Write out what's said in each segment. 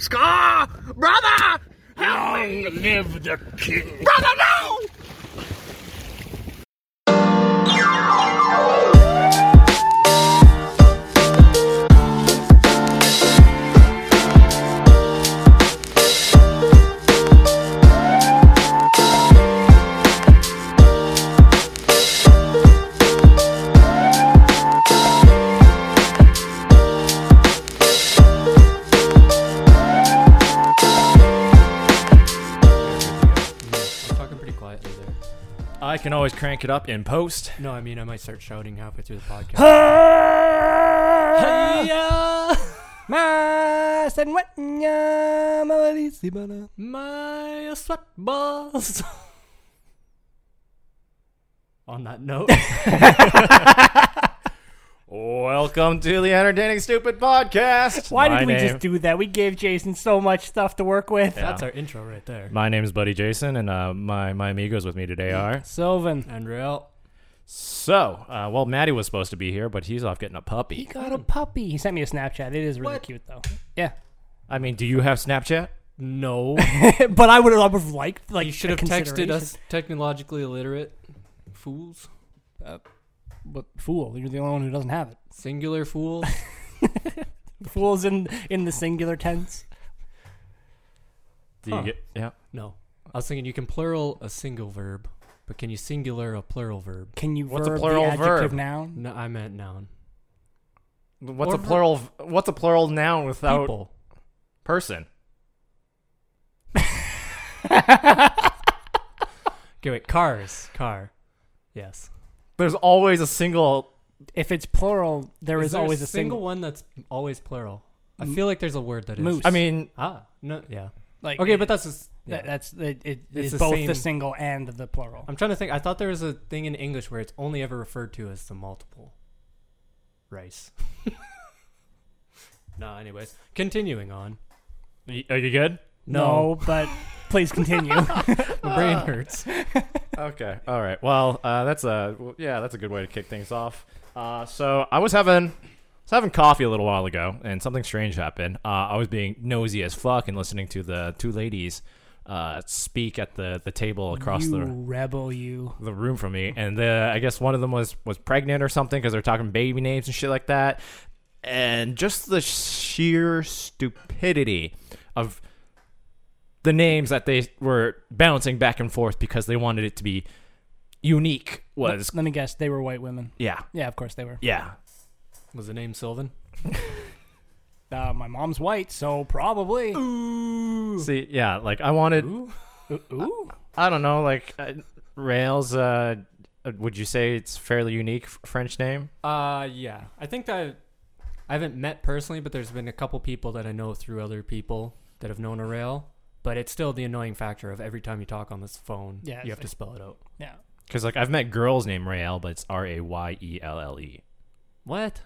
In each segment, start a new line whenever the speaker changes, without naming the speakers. Scar! Brother!
Long live the king.
Brother, no!
I'm talking pretty quietly there.
I can always crank it up in post.
No, I mean I might start shouting halfway through the podcast.
Hey!
Hiya! Mas and wet nya malisibana. My sweat balls. On that note,
Welcome to the Entertaining Stupid Podcast.
Why
My
did we
name-
just do that? We gave Jason so much stuff to work with.
Yeah.
that's our intro right there.
My name is Buddy Jason, and uh, my my amigos with me today
Mm.
are.
Sylvan.
Andrew,
So, uh, well, Maddie was supposed to be here, but he's off getting a
He
puppy.
got a puppy. He sent me a Snapchat. It is really
What?
cute though. Yeah.
I mean, do you have Snapchat?
no,
but I would have I would've liked like
you should
a
have texted
consideration.
us technologically illiterate fools,
But fool, you're the only one who doesn't have it.
singular fools.
Fool's in in the singular tense.
Do you
Huh.
get? Yeah.
No, I was thinking you can plural a single verb, but can you singular a plural verb?
Can you
What's a
verb
plural
the adjective
verb?
noun?
No, I meant noun.
What's
Or
a
ver-
plural? v- What's a plural noun without
People.
person?
Okay, wait. Cars. Car. Yes.
There's always a single.
If it's plural, there is, always a
single
single,
one that's always plural. I feel like there's a word that is.
Moose.
I mean,
Ah. No. Yeah.
like
Okay,
it-
but that's. Just, yeah.
that, that's it, it
It's
is
the
both
same-
the single and the plural.
I'm trying to think. I thought there was a thing in English where it's only ever referred to as the multiple. Rice. no. Anyways, continuing on.
y- are you good?
no, but please continue.
My brain
Ah.
hurts.
okay. All right. Well, uh, that's a well, yeah, that's a good way to kick things off. Uh, so I was having I was having coffee a little while ago, and something strange happened. Uh, I was being nosy as fuck and listening to the two ladies uh, speak at the the table across
you
the
rebel, you.
the room from me, and the, I guess one of them was was pregnant or something because they're talking baby names and shit like that, and just the sheer stupidity of the names that they were bouncing back and forth because they wanted it to be unique was
Let, let me guess, they were white women.
yeah
Yeah, of course they were.
yeah
Was the name Sylvan?
Uh, my mom's white, so probably. Ooh.
see yeah like I wanted
Uh,
I don't know like uh, Rails uh would you say it's fairly unique f- French name
Uh, yeah. I think that I haven't met personally, but there's been a couple people that I know through other people that have known a rail. But it's still the annoying factor of every time you talk on this phone,
Yeah,
you
it's
have to
like-
spell it out.
Yeah.
because like I've met girls named Rael but it's R A Y E L L E
What?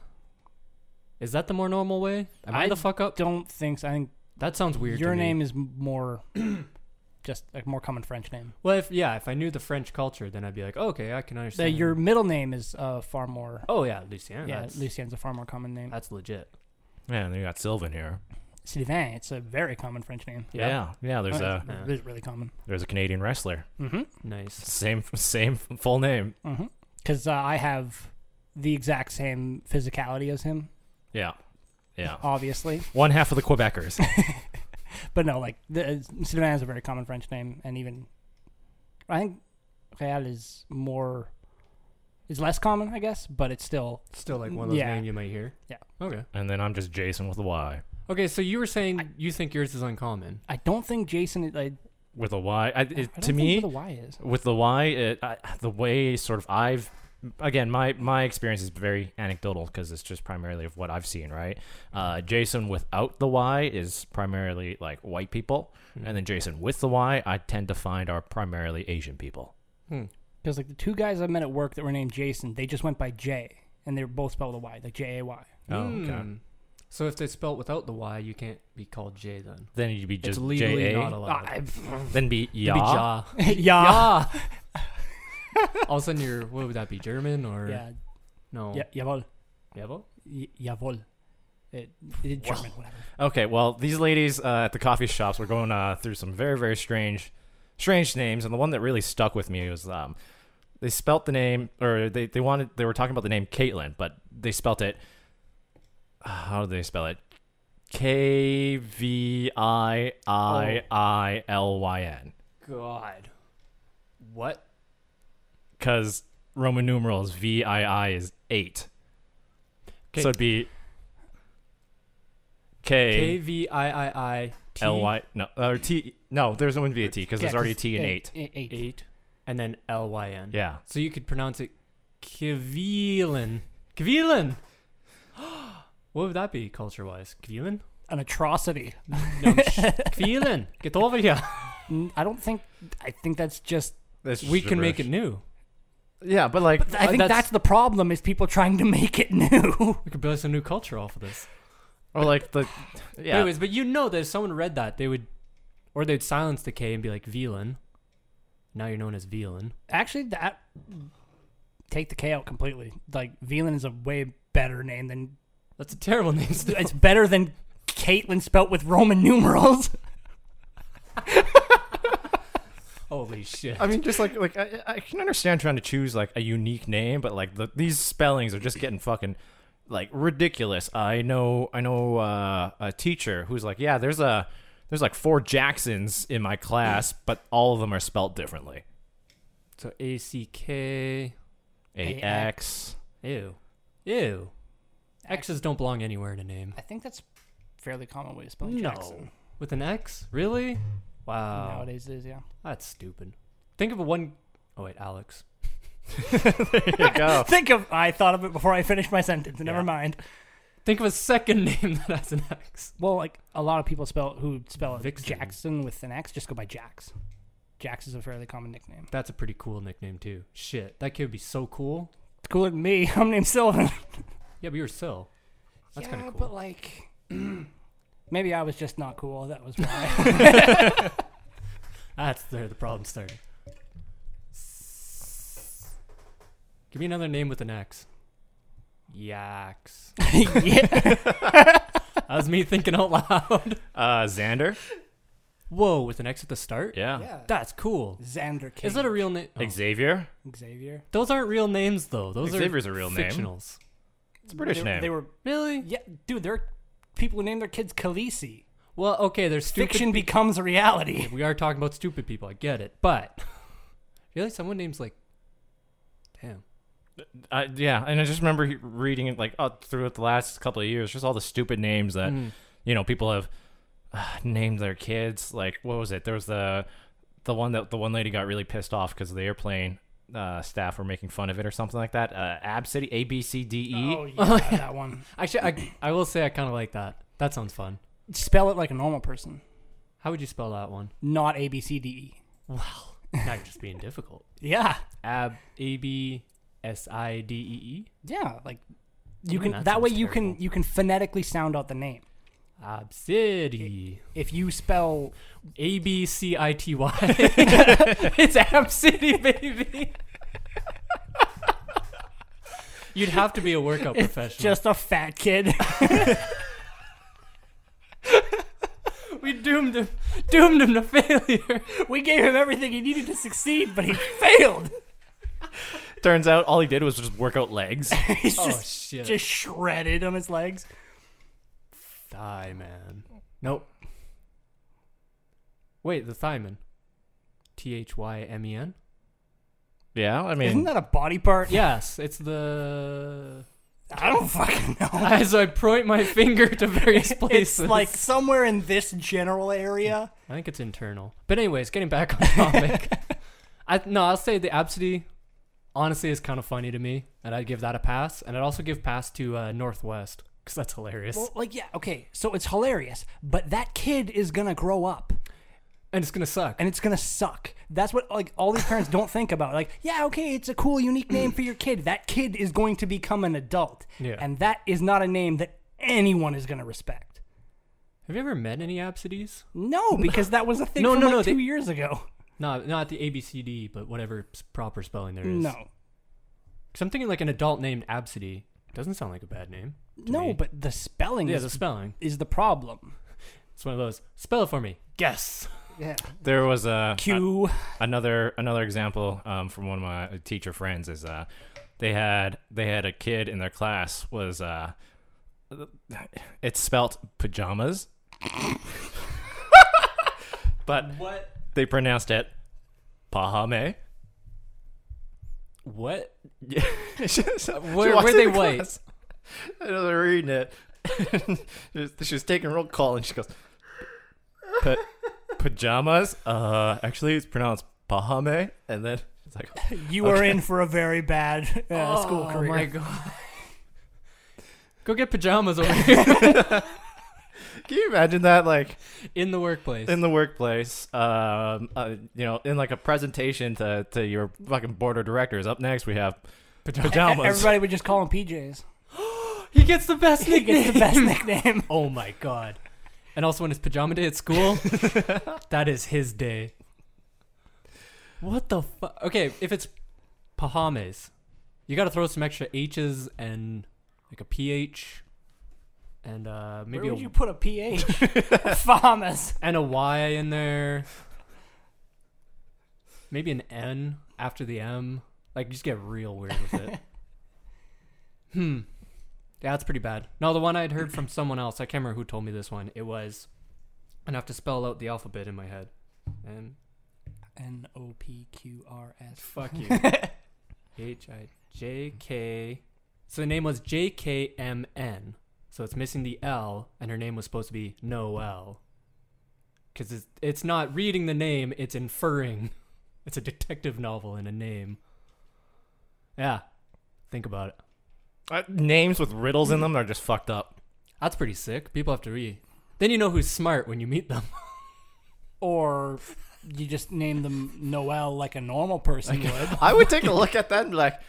Is that the more normal way? Am I,
I
the fuck up?
Don't think so. I think
That sounds weird.
your
to me.
name is m- more just a more common French name.
Well, if yeah, if I knew the French culture, then I'd be like, oh, okay, I can
The,
understand.
your middle name is uh, far more.
Oh yeah, Lucien.
yeah,
that's,
Lucien's a far more common name.
that's legit.
Yeah, and then you got Sylvan here.
Sylvain, it's a very common French name.
Yeah, yeah. There's a
Yeah.
It's really common.
there's a Canadian wrestler.
Mm-hmm.
Nice.
Same same full name.
Mm-hmm. Because uh, I have the exact same physicality as him,
Yeah, yeah.
obviously.
One half of the Quebecers.
But no, like the, uh, Sylvain is a very common French name, and even I think Real is more is less common, I guess, but it's still
Still like one of those
Yeah.
names you might hear.
Yeah.
Okay.
and then I'm just Jason with a Y.
Okay. So you were saying you think yours is uncommon.
I don't think Jason. is- Like,
With a Y. I, it,
I don't
to
think
me,
where the Y is.
with the Y, it, I, the way sort of I've again my my experience is very anecdotal because it's just primarily of what I've seen. Right, uh, Jason without the Y is primarily like white people, and then Jason with the Y, I tend to find are primarily Asian people.
Because like the two guys I met at work that were named Jason, they just went by J, and they were both spelled with a Y, like J A Y.
Oh, okay.
Hmm. So if they spell it without the Y, you can't be called J then.
Then you'd be
it's
just
legally
JA.
not allowed.
Ah,
Then be
It'd
ya.
be Ja.
yeah,
Ja. All of a sudden, you're what would that be? German or
yeah,
no?
yeah, jawohl,
Yabo?
Y- jawohl. It, it German, whatever.
Okay, well, these ladies uh, at the coffee shops were going uh, through some very, very strange, strange names, and the one that really stuck with me was um, they spelt the name, or they, they wanted, they were talking about the name Caitlin, but they spelt it. uh, How did they spell it? K V I I I L Y N,
God. What?
because Roman numerals V I I is eight, so it'd be
K V I I I T
L Y no or T no there's no V A T because there's
Yeah,
already
'cause-
T and
yeah,
eight.
e- Eight.
eight, and then L Y N.
Yeah.
So you could pronounce it Kvilin. Kvilin. what would that be culture wise? Kvilin.
An atrocity.
No, sh- Kvilin. Get over here.
N- I don't think. I think that's just.
That's
We can make it
gibberish.
new.
Yeah, but like
I think
that's-
that's, the problem is people trying to make it new.
We could build some new culture off of this.
or like the yeah.
Anyways, but you know that if someone read that, they would, or they'd silence the K and be like Velin. Now you're known as Velin.
Actually, that take the K out completely. Like Velen is a way better name than
That's a terrible name. still.
it's better than Caitlin spelt with Roman numerals.
Holy shit.
I mean, just like like I, I can understand trying to choose like a unique name, but like the, these spellings are just getting fucking like ridiculous. I know I know uh, a teacher who's like, yeah, there's a there's like four Jacksons in my class, but all of them are spelt differently.
So A C K.
A X.
Ew. Ew. X's don't belong anywhere in a name.
I think that's fairly common way to spell
No.
Jackson.
With an X? Really? Wow.
Nowadays it is, yeah.
That's stupid. Think of a one oh wait, Alex.
There you go.
Think of I thought of it before I finished my sentence. Never mind.
Think of a second name that has an X.
Well, like a lot of people spell who spell it
Vixen.
Jackson with an X just go by Jax. Jax is a fairly common nickname.
That's a pretty cool nickname too. Shit, that kid would be so cool.
It's cooler than me. I'm named Sylvan.
Yeah, but you're Sil. That's
yeah,
kind of cool.
but like maybe I was just not cool. That was why.
That's where the problem started. Give me another name with an X. Yaks.
yeah.
that was me thinking out loud.
Uh, Xander.
Whoa, with an X at the start?
Yeah.
That's cool.
Xander King.
Is that a real name?
Xavier.
Xavier?
Those aren't real names though. Those
Xavier's
are
a real name.
fictionals.
It's a British
they,
name.
They were
Really?
yeah, dude, there are people who name their kids Khaleesi.
Well, okay, they're stupid.
Fiction becomes a reality.
We are talking about stupid people. I get it, but really, someone names like, damn,
I, yeah, and I just remember he- reading it like uh, throughout the last couple of years, just all the stupid names that
Mm.
you know people have uh, named their kids. Like what was it? There was the the one that the one lady got really pissed off because the airplane uh, staff were making fun of it or something like that. Uh, Ab City, A B C D E.
Oh yeah, that one.
actually, I I will say I kind of like that. That sounds fun.
Spell it like a normal person,
How would you spell that one?
not A B C D E.
Well, now you're just being difficult.
Yeah,
Ab A B S I D E E.
yeah. Like you
Mm,
can
that
that, way
sounds
you can
terrible.
you can phonetically sound out the name.
Absity.
If you spell
A B C I T Y. It's Absity, baby. You'd have to be a workout professional.
just a fat kid,
we doomed him, doomed him to failure.
we gave him everything he needed to succeed, but he failed.
Turns out all he did was just work out legs.
He's
Oh
just
shit.
just shredded on his legs.
Thigh man. Nope. Wait, the Thyman. T H Y M E N?
yeah, I
Isn't
mean,
that a body part?
Yes, it's the.
I don't fucking know.
As I point my finger to various places.
It's like somewhere in this general area.
I think it's internal. But, anyways, getting back on topic. I, no, I'll say the Absidy honestly is kind of funny to me, and I'd give that a pass. And I'd also give pass to uh, Northwest, because that's hilarious.
Well, like yeah, okay. So it's hilarious, but that kid is gonna grow up.
and it's going to suck.
and it's gonna suck. That's what like all these parents don't think about. Like, yeah, okay, it's a cool, unique name for your kid. That kid is going to become an adult,
Yeah.
and that is not a name that anyone is gonna respect.
Have you ever met any Absidies?
No, because that was a thing
No,
from
no,
like
no,
two
they-
years ago.
No, not the ABCD, but whatever s- proper spelling there is.
No,
Because I'm thinking like an adult named Absidy doesn't sound like a bad name.
no,
me.
but the spelling
Yeah,
is,
the spelling.
is the problem.
It's one of those. Spell it for me. Guess.
Yeah.
There was a
Q.
another another example um, from one of my teacher friends is uh, they had they had a kid in their class was uh, it's spelt pajamas, but
What?
they pronounced it pahame.
What?
Yeah, she- she
Were,
walks
were
in
they
the
white?
class. I know they're reading it. she, was, she was taking roll call and she goes, "Pa- "Pajamas? Uh, actually, it's pronounced pahame." And then it's like,
You are in for a very bad uh, school
oh
career.
my god. Go get pajamas over here
Can you imagine that, like
in the workplace.
in the workplace, um, uh, you know, in like a presentation to, to your fucking board of directors? Up next, we have pajamas.
Everybody would just call him PJs.
he gets the best
He
nickname.
gets the best nickname.
Oh my god. And also when it's pajama day at school, that is his day. What the fuck? Okay, if it's pajamas, you got to throw some extra H's and like a PH and uh, maybe
Where
a,
would you put a PH? Famas.
and a Y in there. Maybe an N after the M. Like just get real weird with it. hmm. Yeah, that's pretty bad. No, the one I'd heard from someone else, I can't remember who told me this one. It was and I have to spell out the alphabet in my head. And
N O P Q R S.
fuck you. H I J K So the name was J K M N. So it's missing the L and her name was supposed to be Noel. Cuz it's it's not reading the name, it's inferring. It's a detective novel in a name. Yeah. Think about it.
Uh, names with riddles in them are just fucked up.
That's pretty sick. People have to read. Then you know who's smart when you meet them.
Or you just name them Noel like a normal person would.
I would take a look at that and be like,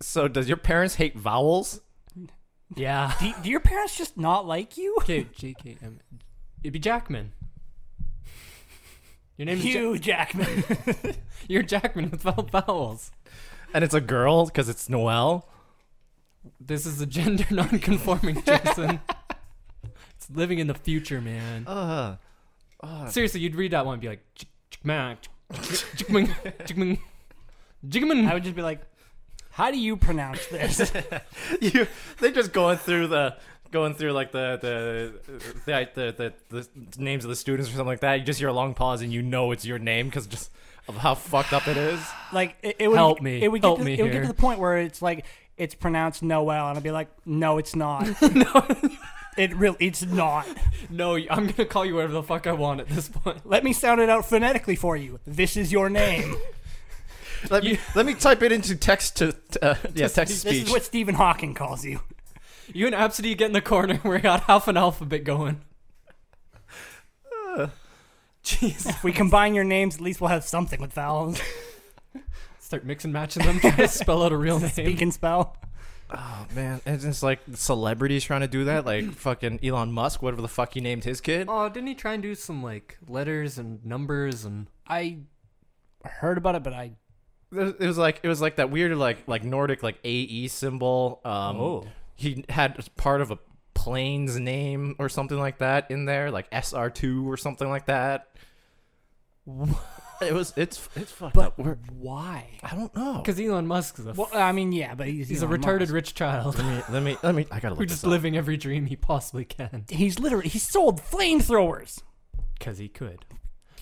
"So, does your parents hate vowels?"
Yeah.
Do, do your parents just not like you?
Okay, JKM. It'd be Jackman. Your name is Jack-
Hugh Jackman.
You're Jackman without vowels.
And it's a girl because it's Noel.
This is a gender non-conforming Jason. it's living in the future, man.
Uh,
Seriously, you'd read that one and be like, "Ch- Chickman, ch- Chickman, Chickman, Chickman."
I would just be like, how do you pronounce this?
you they just going through the going through like the the the, the the the names of the students or something like that. You just hear a long pause and you know it's your name because just of how fucked up it is.
Like it, it would
Help me.
It would
Help
get to,
me
it would get
here.
to the point where it's like it's pronounced Noel, and I'd be like, no, it's not. it really, it's not.
No, I'm gonna call you whatever the fuck I want at this point.
Let me sound it out phonetically for you. This is your name.
Let me
You-
let me type it into text to uh, yeah text
this
speech.
is what Stephen Hawking calls you.
You and Absidy get in the corner. We got half an alphabet going. Jeez.
If we combine your names, at least we'll have something with vowels.
Start mixing matching them. Try to spell out a real name.
Speak and spell.
oh man, and it's like celebrities trying to do that, like fucking Elon Musk, whatever the fuck he named his kid.
Oh, didn't he try and do some like letters and numbers and?
I heard about it, but I
It was like it was like that weird like like Nordic like AE symbol. Um,
Oh.
he had part of a plane's name or something like that in there, like SR two or something like that. It was it's it's fucked
But
up. We're,
why?
I don't know.
Because Elon Musk is a
Well, I mean, yeah, but he's
he's
Elon
a retarded
Musk.
rich child
Let me let me let me. I gotta
who's
look
just
this up.
living every dream he possibly can.
He's literally he sold flamethrowers.
Because he could.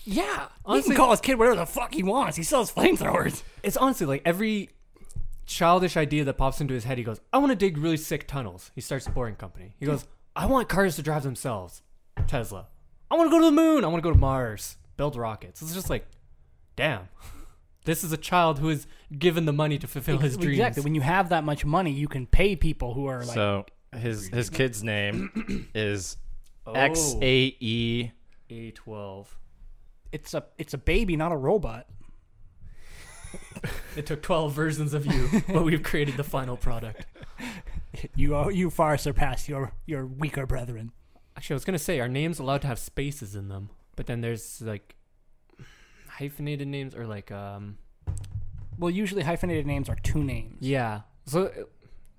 Yeah,
Honestly-
he can call his kid whatever the fuck he wants. He sells flamethrowers.
It's honestly like every childish idea that pops into his head. He goes, "I want to dig really sick tunnels." He starts a boring company. He goes, "I want cars to drive themselves." Tesla. I want to go to the moon. I want to go to Mars. Build rockets. It's just like, damn. This is a child who is given the money to fulfill his dreams.
Exactly. When you have that much money, you can pay people who are like
So his his kid's name is X A E.
A twelve.
it's a it's a baby, not a robot.
It took 12 versions of you, but we've created the final product.
You are you far surpass your your weaker brethren.
Actually, I was going to say our names allowed to have spaces in them, but then there's like hyphenated names or like um
Well, usually hyphenated names are two names.
yeah. So uh,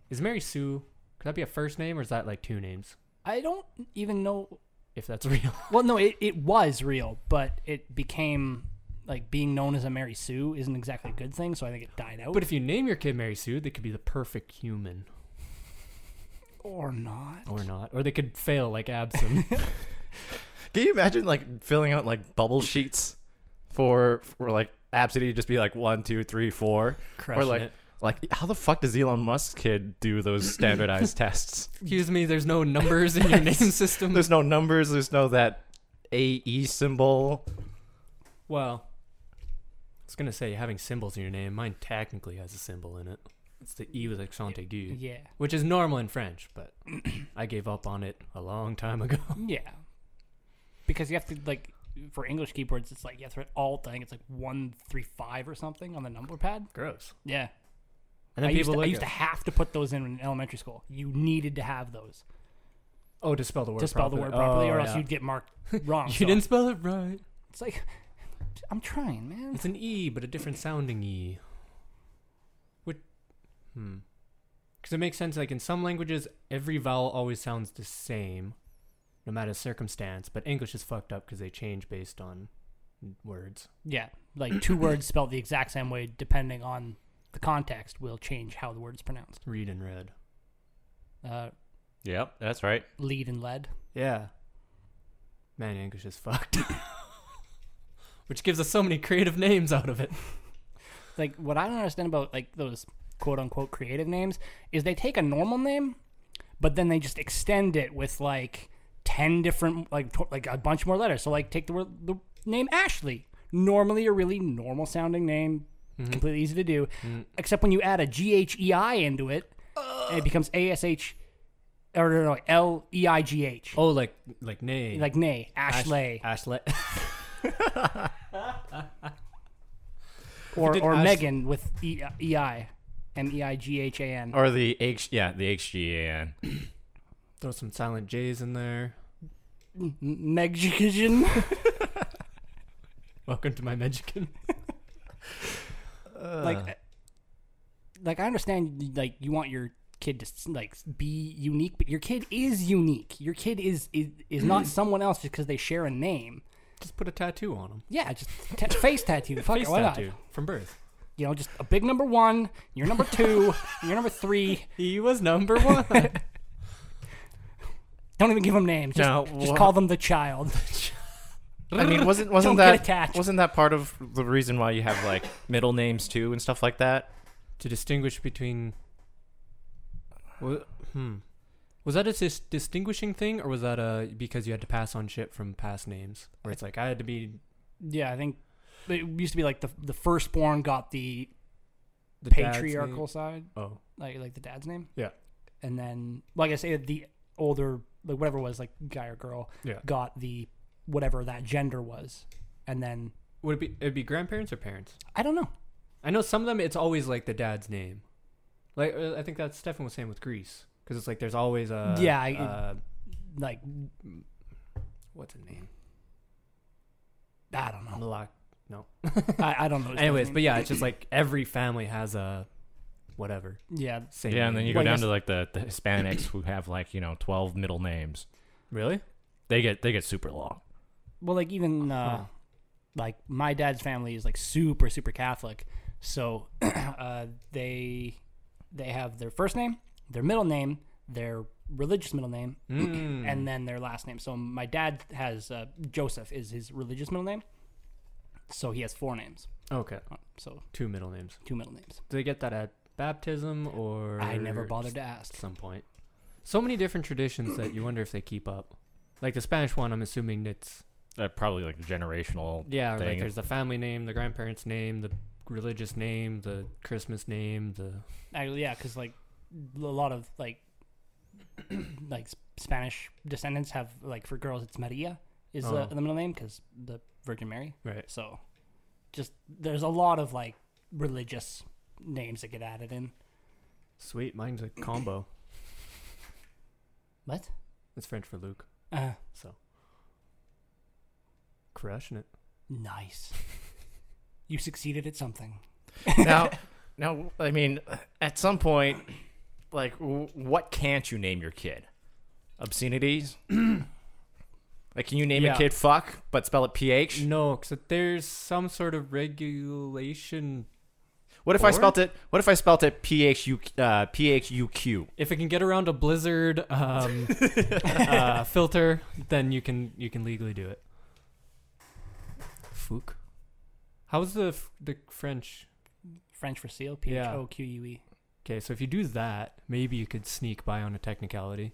is Mary Sue Could that be a first name or is that like two names?
I don't even know.
If that's real.
Well, no, it, it was real, but it became like being known as a Mary Sue isn't exactly a good thing. So I think it died out.
but if you name your kid Mary Sue, they could be the perfect human
or not.
or not. Or they could fail like Abson.
Can you imagine like filling out like bubble sheets for for like Absidy just be like one, two, three, four, or
Crushing
like
it.
like how the fuck does Elon Musk kid do those standardized tests?
Excuse me, there's no numbers in your name system.
There's no numbers. There's no that AE symbol.
Well, I was gonna say having symbols in your name. Mine technically has a symbol in it. It's the E with accent aigu,
Yeah.
which is normal in French, but I gave up on it a long time ago.
Yeah. Because you have to like for English keyboards, it's like you have to hit Alt. I think it's like one three five or something on the number pad.
Gross.
Yeah.
And then
I, used
people
to, I
like,
used to have to put those in in elementary school. You needed to have those
oh, to spell the word
to spell the
properly.
word properly,
Oh,
or else
yeah.
you'd get marked wrong.
You
so
didn't spell it right.
It's like I'm trying, man.
It's an E, but a different sounding E. Which, hmm, because it makes sense. Like in some languages, every vowel always sounds the same, no matter circumstance. But English is fucked up because they change based on words.
Yeah, like two words spelled the exact same way, depending on the context, will change how the word is pronounced.
Read and read.
Uh,
Yep, that's right.
lead and lead.
Yeah. Man, English is fucked. Which gives us so many creative names out of it.
like what I don't understand about like those quote unquote creative names is they take a normal name, but then they just extend it with like ten different like tw- like a bunch more letters. So like take the word the name Ashley. Normally a really normal sounding name,
Mm-hmm.
completely easy to do,
Mm.
except when you add a G H E I into it, it becomes A S H or no, no, L E I G H.
Oh, like like nay.
Like nay, Ashley
Ashley.
or,
did
or
Ash-
Megan with E E I M E I G H A N.
Or the H, yeah, the H G A N.
Throw some silent J's in there.
Mexican.
Welcome to my Mexican.
like uh, like I understand like you want your kid to s- like be unique, but your kid is unique. Your kid is is, is
Mm.
not someone else just because they share a name.
Just put a tattoo on him.
Yeah, just ta face tattoo. Fuck
Face
it, why
tattoo
not?
from birth.
You know, just a big number one. You're number two. you're number three.
He was number one.
Don't even give them names. Just,
No,
just
wha-
call them the child.
I mean, wasn't
Don't
wasn't
get
that
attached.
wasn't that part of the reason why you have like middle names too and stuff like that?
to distinguish between. Wa- Hmm. Was that a dis- distinguishing thing, or was that a because you had to pass on shit from past names? Where it's like I had to be
yeah, I think it used to be like the the firstborn got the
the dad's name.
patriarchal side,
Oh,
like like the dad's name.
yeah,
and then like I say, the older like whatever it was like guy or girl
yeah.
got the whatever that gender was, and then
Would it be it'd be grandparents or parents?
I don't know.
I know some of them it's always like the dad's name. Like uh, I think that Stefan was saying with Greece because it's like there's always a
Yeah, I-
uh,
Like
what's his name?
I don't know.
Malak. No.
I, I don't know. his
Anyways,
name.
but yeah, it's just like every family has a whatever
yeah,
same.
yeah, and then
name.
you go
Well, I
down
guess-
to like the, the Hispanics who have like you know twelve middle names.
really
They get they get super long.
well, like even uh,
Huh.
like my dad's family is like super super Catholic, so uh, they they have their first name, their middle name, their religious middle name,
Mm.
and then their last name. So my dad has uh, Joseph is his religious middle name, so he has four names.
okay.
So
Two middle names.
two middle names.
Do they get that at baptism or
I never bothered to ask.
at some point? So many different traditions that you wonder if they keep up. Like the Spanish one, I'm assuming it's
Uh, probably like generational.
Yeah, like
thing.
there's the family name, the grandparents' name, the religious name, the Christmas name, the
Actually, yeah, because like a lot of like like S- Spanish descendants have like for girls it's Maria is
Oh.
the, the middle name because the Virgin Mary.
right.
So just there's a lot of like religious names that get added in.
Sweet, mine's a combo.
What?
It's French for Luke,
Uh,
so crushing it.
nice. You succeeded at something.
now, now, I mean, at some point, like w- what can't you name your kid? Obscenities. like, can you name
Yeah.
a kid fuck but spell it ph?
No, because there's some sort of regulation.
What if I spelt it? What if I spelt it p h u uh, p h u q?
If it can get around a Blizzard um, uh, filter, then you can you can legally do it. Fook. How's the f- the French?
French for seal, P H O Q U E.
Okay, so if you do that, maybe you could sneak by on a technicality.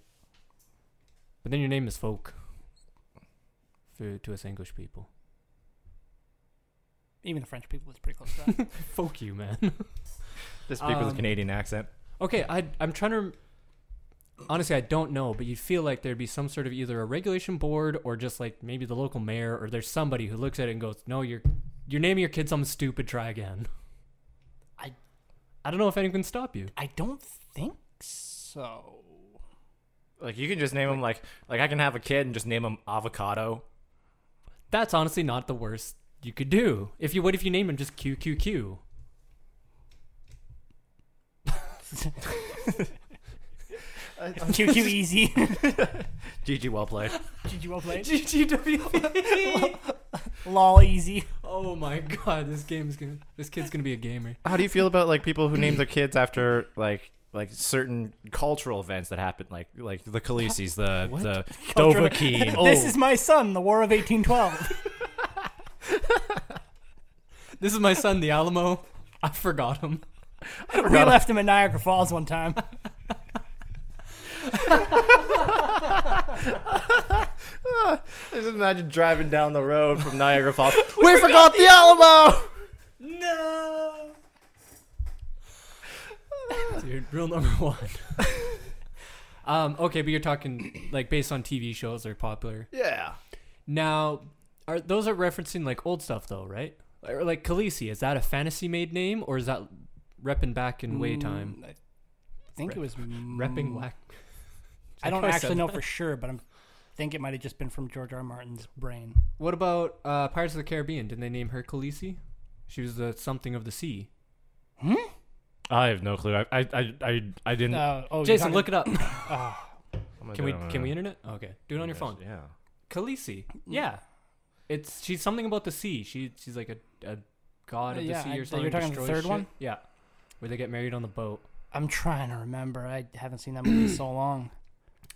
But then your name is folk. For, to us English people,
Even the French people is pretty close to that.
folk you man.
This speak with a
Um,
Canadian accent.
Okay, I I'm trying to. rem- Honestly, I don't know, but you'd feel like there'd be some sort of either a regulation board or just like maybe the local mayor or there's somebody who looks at it and goes, "No, you're you're naming your kid something stupid. Try again."
I-
I don't know if anyone can stop you.
I don't think so.
Like you can just name him like like I can have a kid and just name him avocado.
That's honestly not the worst you could do. If you what if you name him just QQQ?
Q Q easy.
GG, well played.
Did you well played?
GGW.
Lol E easy.
oh my god, this game's gonna this kid's gonna be a gamer.
How do you feel about like people who name their kids after like like certain cultural events that happen, like like the Khaleesi's, the the Dovahkiin? oh,
This is my son, the War of 1812.
This is my son, the Alamo. I forgot him.
Oh,
we left him in Niagara Falls one time.
just imagine driving down the road from Niagara Falls. we forgot the Alamo.
No.
Dude, rule number one. um, okay, but you're talking like based on TV shows that are popular.
Yeah.
Now, are those are referencing like old stuff though, right? Or like Khaleesi, is that a fantasy made name or is that repping back in way time?
Mm, I mm. think it was
Repping whack.
I don't
I said
actually know for sure, but I am think it might have just been from George R. R. Martin's brain.
What about uh, Pirates of the Caribbean? Didn't they name her Khaleesi? She was the something of the sea.
Oh,
I have no clue. I I I I, I didn't.
Uh, oh, you're
Jason,
talking-
look it up.
I'm
Can
gonna do
we
it on
can
my-
we internet? Okay, do it on your phone.
Yeah.
Khaleesi.
Mm.
Yeah. It's she's something about the sea. She she's like a, a god
Uh,
of
yeah,
the sea
I-
or
you're
something.
talking the
destroys
third
shit.
one?
Yeah. Where they get married on the boat.
I'm trying to remember. I haven't seen that movie in so long.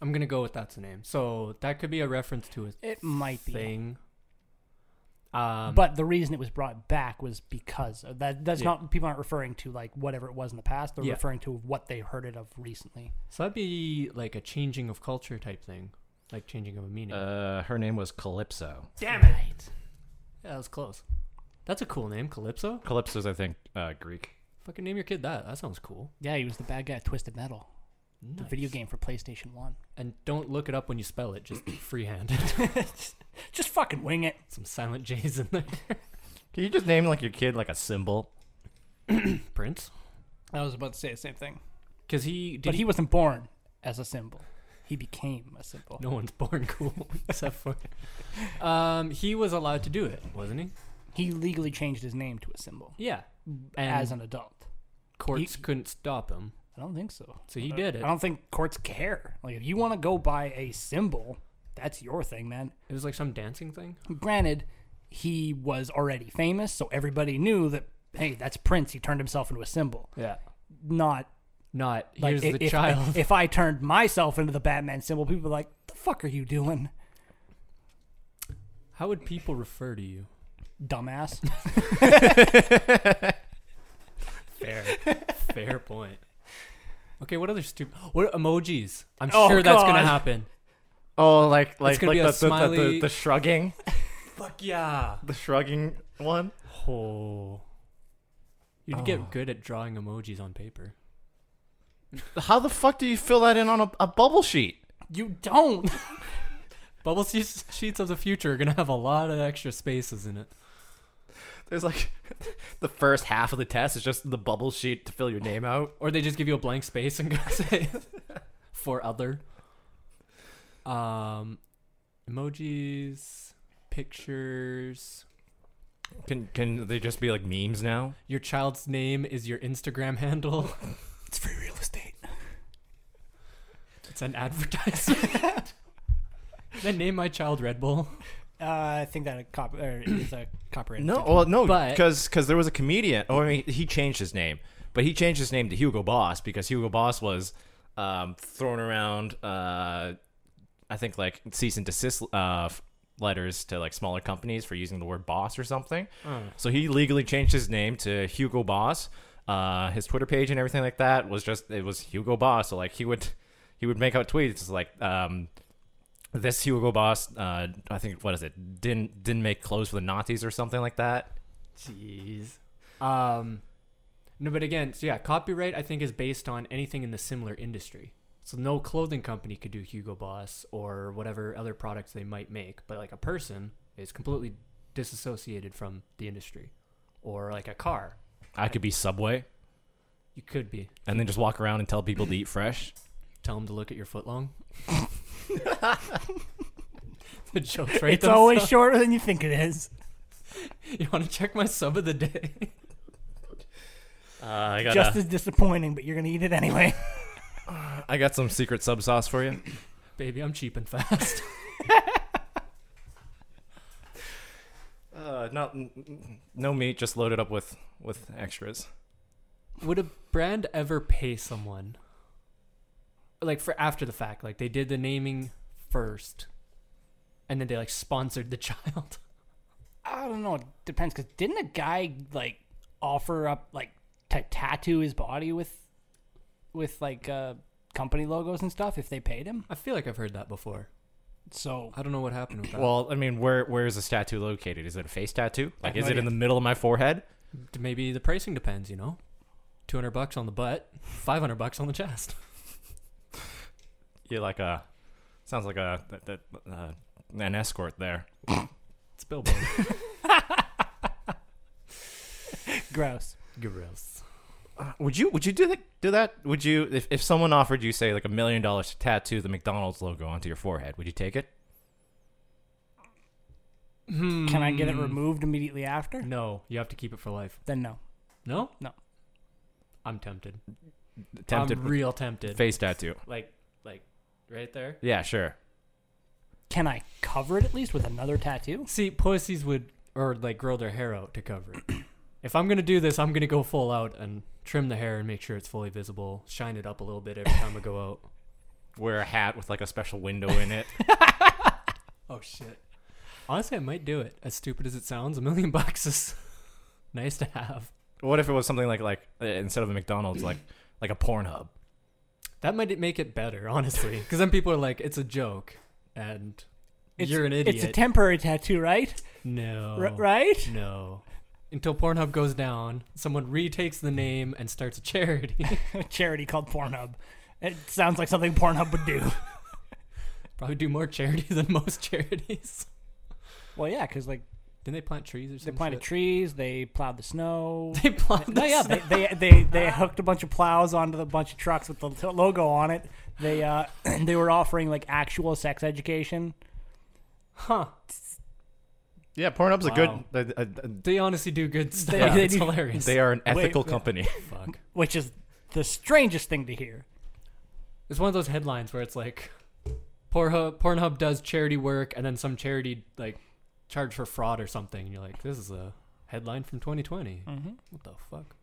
I'm gonna go with that's the name. So that could be a reference to a
It might be.
thing. Um
But the reason it was brought back was because of that that's
Yeah.
not people aren't referring to like whatever it was in the past. They're
Yeah.
referring to what they heard it of recently.
so that'd be like a changing of culture type thing. Like changing of a meaning.
Uh, her name was Calypso.
Damn it!
yeah, that was close. That's a cool name, Calypso.
Calypso's, I think, uh, Greek.
Fucking name your kid that. That sounds cool.
Yeah, he was the bad guy at Twisted Metal, the video
Nice.
game for PlayStation One.
And don't look it up when you spell it. Just freehand.
Just fucking wing it.
Some silent J's in there.
Can you just name like your kid like a symbol?
Prince.
I was about to say the same thing,
Because he did
but he, wasn't born as a symbol. He became a symbol.
No one's born cool except for. Um, he was allowed to do it, wasn't he?
He legally changed his name to a symbol
Yeah, and
as an adult.
courts
he-
couldn't stop him,
I don't think so.
so he
I-
did it.
I don't think courts care. Like if you want to go by a symbol, that's your thing, man.
It was like some dancing thing.
Granted, he was already famous, so everybody knew that hey, that's Prince. He turned himself into a symbol.
Yeah,
Not
not
like
here's
i-
the
if,
child.
if I turned myself into the Batman symbol, people were like, "The fuck are you doing,
How would people refer to you?
dumbass?"
Fair, fair point. Okay, what other stupid? What emojis? I'm
Oh,
sure that's gonna
God.
happen.
Oh, like like
gonna
like
be
the,
a
the, the, the-
smiley-
the shrugging,
Fuck yeah!
the shrugging one.
Oh, you'd get good at drawing emojis on paper.
How the fuck do you fill that in on a, a bubble sheet?
you don't.
Bubble sheets sheets of the future are gonna have a lot of extra spaces in it.
There's like the first half of the test is just the bubble sheet to fill your name out.
Or they just give you a blank space and go say for other. Um emojis, pictures.
Can can they just be like memes now?
Your child's name is your Instagram handle.
It's free real estate.
It's an advertisement. then name my child Red Bull.
Uh, I think that a cop or is a copyright.
No, well, no,
But-
because there was a comedian. Oh, I mean, he changed his name, but he changed his name to Hugo Boss because Hugo Boss was um, thrown around. Uh, I think like cease and desist uh, f- letters to like smaller companies for using the word boss or something. So he legally changed his name to Hugo Boss. Uh, his Twitter page and everything like that was just it was Hugo Boss. So like he would he would make out tweets like um, this Hugo Boss, uh, I think what is it? Didn't didn't make clothes for the Nazis or something like that.
Jeez. Um, no, but again, so yeah, copyright I think is based on anything in the similar industry. So no clothing company could do Hugo Boss or whatever other products they might make, but like a person is completely disassociated from the industry, or like a car,
I could be Subway
you could be.
and then just walk around and tell people to eat fresh.
Tell them to look at your foot long. the joke's right.
It's always shorter than you think it is.
You want to check my sub of the day?
Uh, I got
Just as disappointing, but you're gonna eat it anyway.
I got some secret sub sauce for you.
Baby, I'm cheap and fast.
Uh, not no meat, just loaded up with with extras.
Would a brand ever pay someone? Like for after the fact, like they did the naming first, and then they like sponsored the child.
I don't know. It depends. Because didn't a guy like offer up like to tattoo his body with with like uh, company logos and stuff if they paid him?
I feel like I've heard that before.
So
I don't know what happened with that.
Well, I mean, where where is this tattoo located? Is it a face tattoo? Like, is
have no
it in
idea.
the middle of my forehead?
Maybe the pricing depends. You know, two hundred bucks on the butt, five hundred bucks on the chest.
You're like a sounds like a that, that, uh, an escort there.
It's billboard.
gross.
Gross.
Would you would you do that do that? Would you if, if someone offered you say like a million dollars to tattoo the McDonald's logo onto your forehead, would you take it?
Can I get it removed immediately after?
No, you have to keep it for life.
Then no.
No,
No.
I'm tempted.
Tempted
I'm
with
real tempted.
face tattoo.
Like, like, right there.
Yeah, sure.
Can I cover it at least with another tattoo?
See, pussies would or like grow their hair out to cover it. if I'm gonna do this, I'm gonna go full out and trim the hair and make sure it's fully visible. Shine it up a little bit every time I go out.
Wear a hat with like a special window in it.
Oh shit! Honestly, I might do it. As stupid as it sounds, a million bucks is nice to have.
what if it was something like like uh, instead of a McDonald's like like a Pornhub?
That might make it better, honestly, because then people are like, "It's a joke," and you're an idiot.
It's a temporary tattoo, right?
no,
R- right?
No. Until Pornhub goes down, someone retakes the name and starts a charity.
A charity called Pornhub. It sounds like something Pornhub would do.
Probably do more charity than most charities.
well, yeah, because like
Didn't they plant trees or
they
something?
planted trees, they plowed the snow.
They planted.
No, yeah, they, they they they hooked a bunch of plows onto the bunch of trucks with the t- logo on it. They uh they were offering like actual sex education.
huh?
Yeah, Pornhub's
Wow.
a good. Uh, uh,
They honestly do good stuff.
they
it's
do-
hilarious.
they are an ethical
Wait,
company.
Fuck.
which is the strangest thing to hear.
It's one of those headlines where it's like, Pornhub, Pornhub does charity work, and then some charity like charge for fraud or something. And you're like, this is a headline from 2020. What the fuck?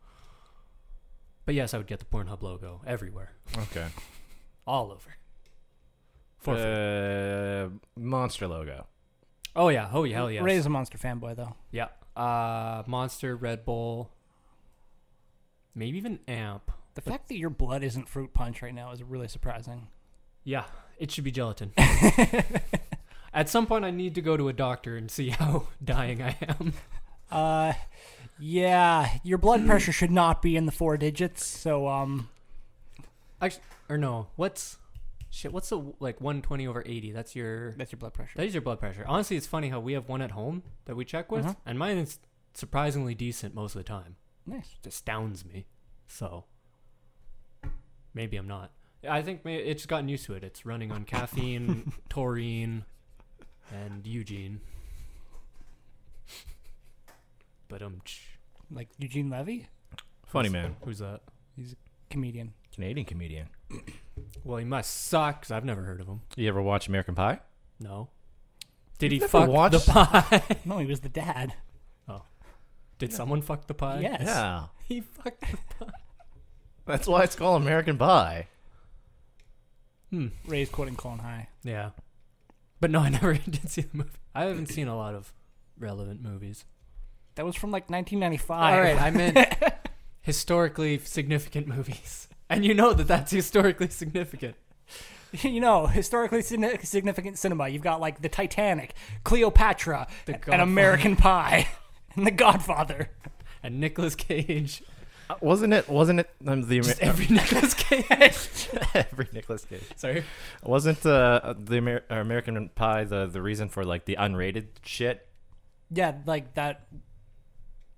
But yes, I would get the Pornhub logo everywhere,
okay.
all over. For free.
Uh, monster logo.
oh yeah, oh yeah, hell yes.
Ray's a monster fanboy though.
Yeah. Uh, Monster, Red Bull, maybe even Amp.
The fact that your blood isn't fruit punch right now is really surprising.
Yeah, it should be gelatin. At some point, I need to go to a doctor and see how dying I am.
Uh, yeah, your blood pressure should not be in the four digits. So um,
Actually, or no, what's shit? What's the like 120 over 80? That's your
that's your blood pressure.
that is your blood pressure. Honestly, it's funny how we have one at home that we check with,
Mhm.
and mine is surprisingly decent most of the time.
Nice.
It astounds me. So maybe I'm not. I think may it's gotten used to it. It's running on caffeine, taurine, and Eugene. But um,
Like Eugene Levy,
Funny man,
who's that?
comedian.
Canadian comedian.
Well, he must suck because I've never heard of him.
You ever watch American Pie?
No. Did he
never
fuck
watched-
the pie?
No, he was the dad.
Did someone fuck the pie?
Yes.
Yeah.
He fucked. The...
That's why it's called American Pie.
Ray's quoting Clone High.
Yeah. But no, I never did see the movie. I haven't seen a lot of relevant movies.
That was from like 1995.
All right, I meant historically significant movies, and you know that that's historically significant.
you know, historically signi- significant cinema. You've got like the Titanic, Cleopatra,
The
an
Godfather.
American Pie, and The Godfather.
And Nicolas Cage,
Uh, wasn't it? Wasn't it um, the Amer-
just every Nicolas Cage.
every Nicholas Cage?
Sorry.
Wasn't uh, the Amer- uh, American Pie the the reason for like the unrated shit?
Yeah, like that.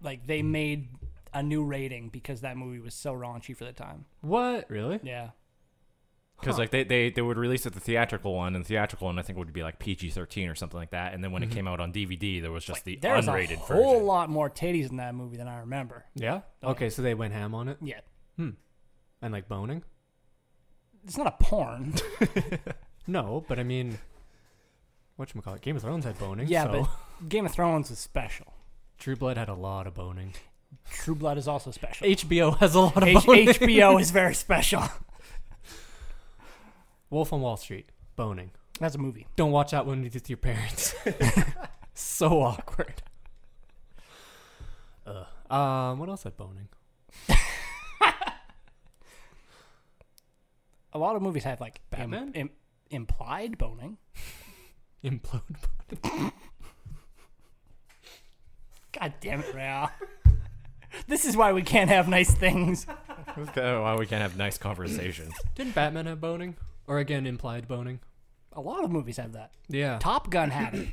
Like they made a new rating because that movie was so raunchy for the time.
What? Really?
Yeah.
Because like they, they they would release it the theatrical one, and the theatrical one I think would be like PG thirteen or something like that. And then
Mm-hmm.
when it came out on DVD, there was just the
There's a
unrated
whole
version.
lot more titties in that movie than I remember.
Yeah. Okay, so they went ham on it
Yeah.
and like boning.
It's not a porn.
No, but I mean, what call it? Game of Thrones had boning.
yeah,
so.
but Game of Thrones is special.
True Blood had a lot of boning.
True Blood is also special.
HBO has a lot of
H-
boning.
HBO is very special.
Wolf on Wall Street, boning.
That's a movie.
Don't watch that one with your parents. so awkward. Ugh. Um, what else had boning?
A lot of movies have like im-
Batman?
im- implied boning.
Implode.
God damn it, Ral. this is why we can't have nice things.
Okay, why we can't have nice conversations?
Didn't Batman have boning? Or again, implied boning?
A lot of movies have that.
Yeah.
Top Gun had it.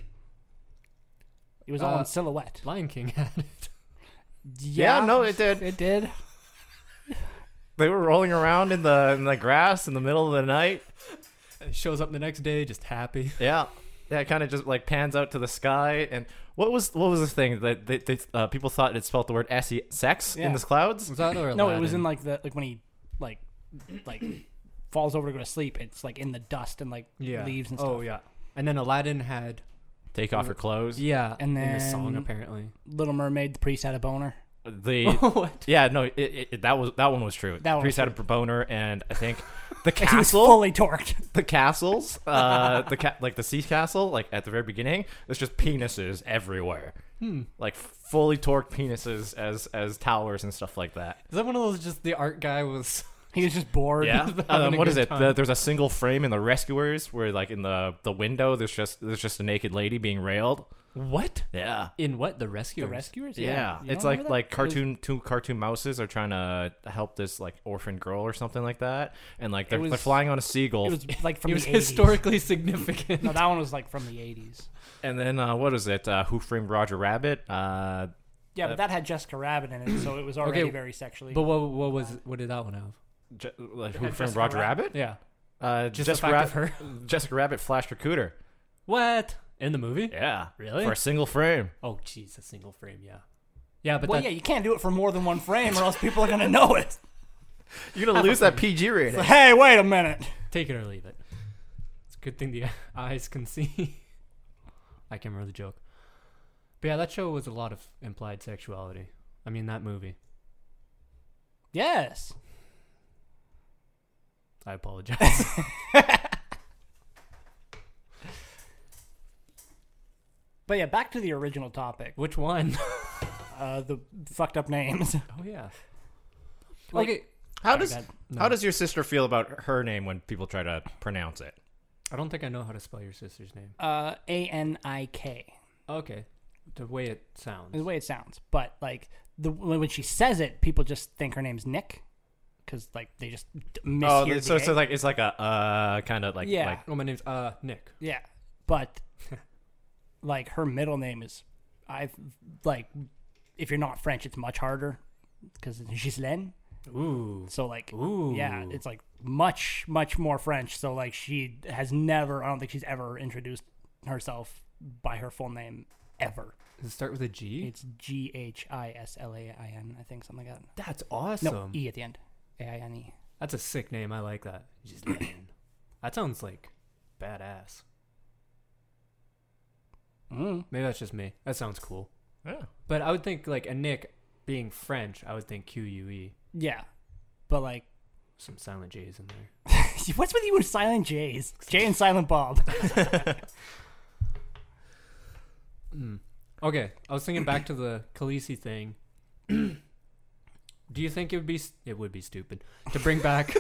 It was all
Uh,
in silhouette.
Lion King had it.
yeah, no, it did.
it did.
They were rolling around in the in the grass in the middle of the night.
It shows up the next day just happy.
Yeah. Yeah, it kind of just like pans out to the sky, and what was what was the thing that they, they, uh, people thought it spelled the word se- sex
Yeah.
in the clouds?
Was that or
No, it was in
Aladdin?
like the like when he like like falls over to go to sleep. It's like in the dust and like
yeah.
leaves and stuff.
Oh, yeah. And then Aladdin had.
Take off your clothes.
Yeah.
And
in the song,
then-
apparently.
Little Mermaid, the priest had a boner.
The
what?
yeah, no, it, it, it- that was that one was true.
That one
Priest
was
had a boner, and I think the
He was
castle,
fully torqued.
the castles, uh, the ca- like the sea castle, like at the very beginning, there's just penises everywhere,
Hmm.
like fully torqued penises as as towers and stuff like that.
Is that one of those just the art guy was.
He was just bored.
Yeah.
having
um,
a
what is
good
it?
time.
The, there's a single frame in the Rescuers where, like, in the the window, there's just there's just a naked lady being railed.
What?
Yeah.
In what? The Rescuers?
The rescuers.
Yeah,
You don't
it's like
remember that?
like cartoon two cartoon mouses are trying to help this like orphan girl or something like that, and like they're,
was-
they're flying on a seagull.
It was like from
It was
the 80s.
historically significant.
No, that one was like from the 80s.
and then uh, what is it? Uh, Who framed Roger Rabbit? Uh,
Yeah, but that had Jessica Rabbit in it, so it was already
Okay,
very sexually.
But what what was what did that one have?
Je- like, who
had
framed
Jessica
Roger
Rabbit.
Rabbit?
Yeah.
Uh,
Just the
Jessica,
fact of
Rab- Jessica Rabbit flashed her cooter.
What? In the movie?
Yeah,
Really?
for a single frame.
Oh jeez, a single frame, yeah. Yeah, but
well,
that,
yeah, you can't do it for more than one frame, or else people are gonna know it.
You're gonna lose that PG rating.
Hey, wait a minute.
take it or leave it. It's a good thing the eyes can see. I can't remember the joke. But yeah, that show was a lot of implied sexuality. I mean that movie.
Yes.
I apologize.
But yeah, back to the original topic.
Which one?
Uh, the fucked up names.
Oh yeah.
Like-
okay.
How does
bad.
how does your sister feel about her name when people try to pronounce it?
I don't think I know how to spell your sister's name.
Uh, A N I K.
Okay. The way it sounds.
The way it sounds, but like the when she says it, people just think her name's Nick, because like they just d-
Oh,
mishear the
so, so
A.
like it's like a uh, kind of like
Yeah.
like
Oh my name's uh Nick.
Yeah, but like her middle name is, I've like, if you're not French, it's much harder because it's Ghislaine.
Ooh.
So like,
Ooh.
yeah, it's like much much more French. So like, she has never. I don't think she's ever introduced herself by her full name ever.
Does it start with a G?
It's G H I S L A I N. I think something like that.
That's
No
awesome.
E at the end. A I N E.
That's a sick name. I like that. Just man. That sounds like badass.
Mm.
Maybe that's just me. That sounds cool.
Yeah.
But I would think like a Nick being French, I would think Q U E.
Yeah, but like,
Some silent J's in there.
what's with you and Silent J's? Jay and Silent Bob.
Okay, I was thinking back to the Khaleesi thing. Do you think it would be s- it would be stupid to bring back?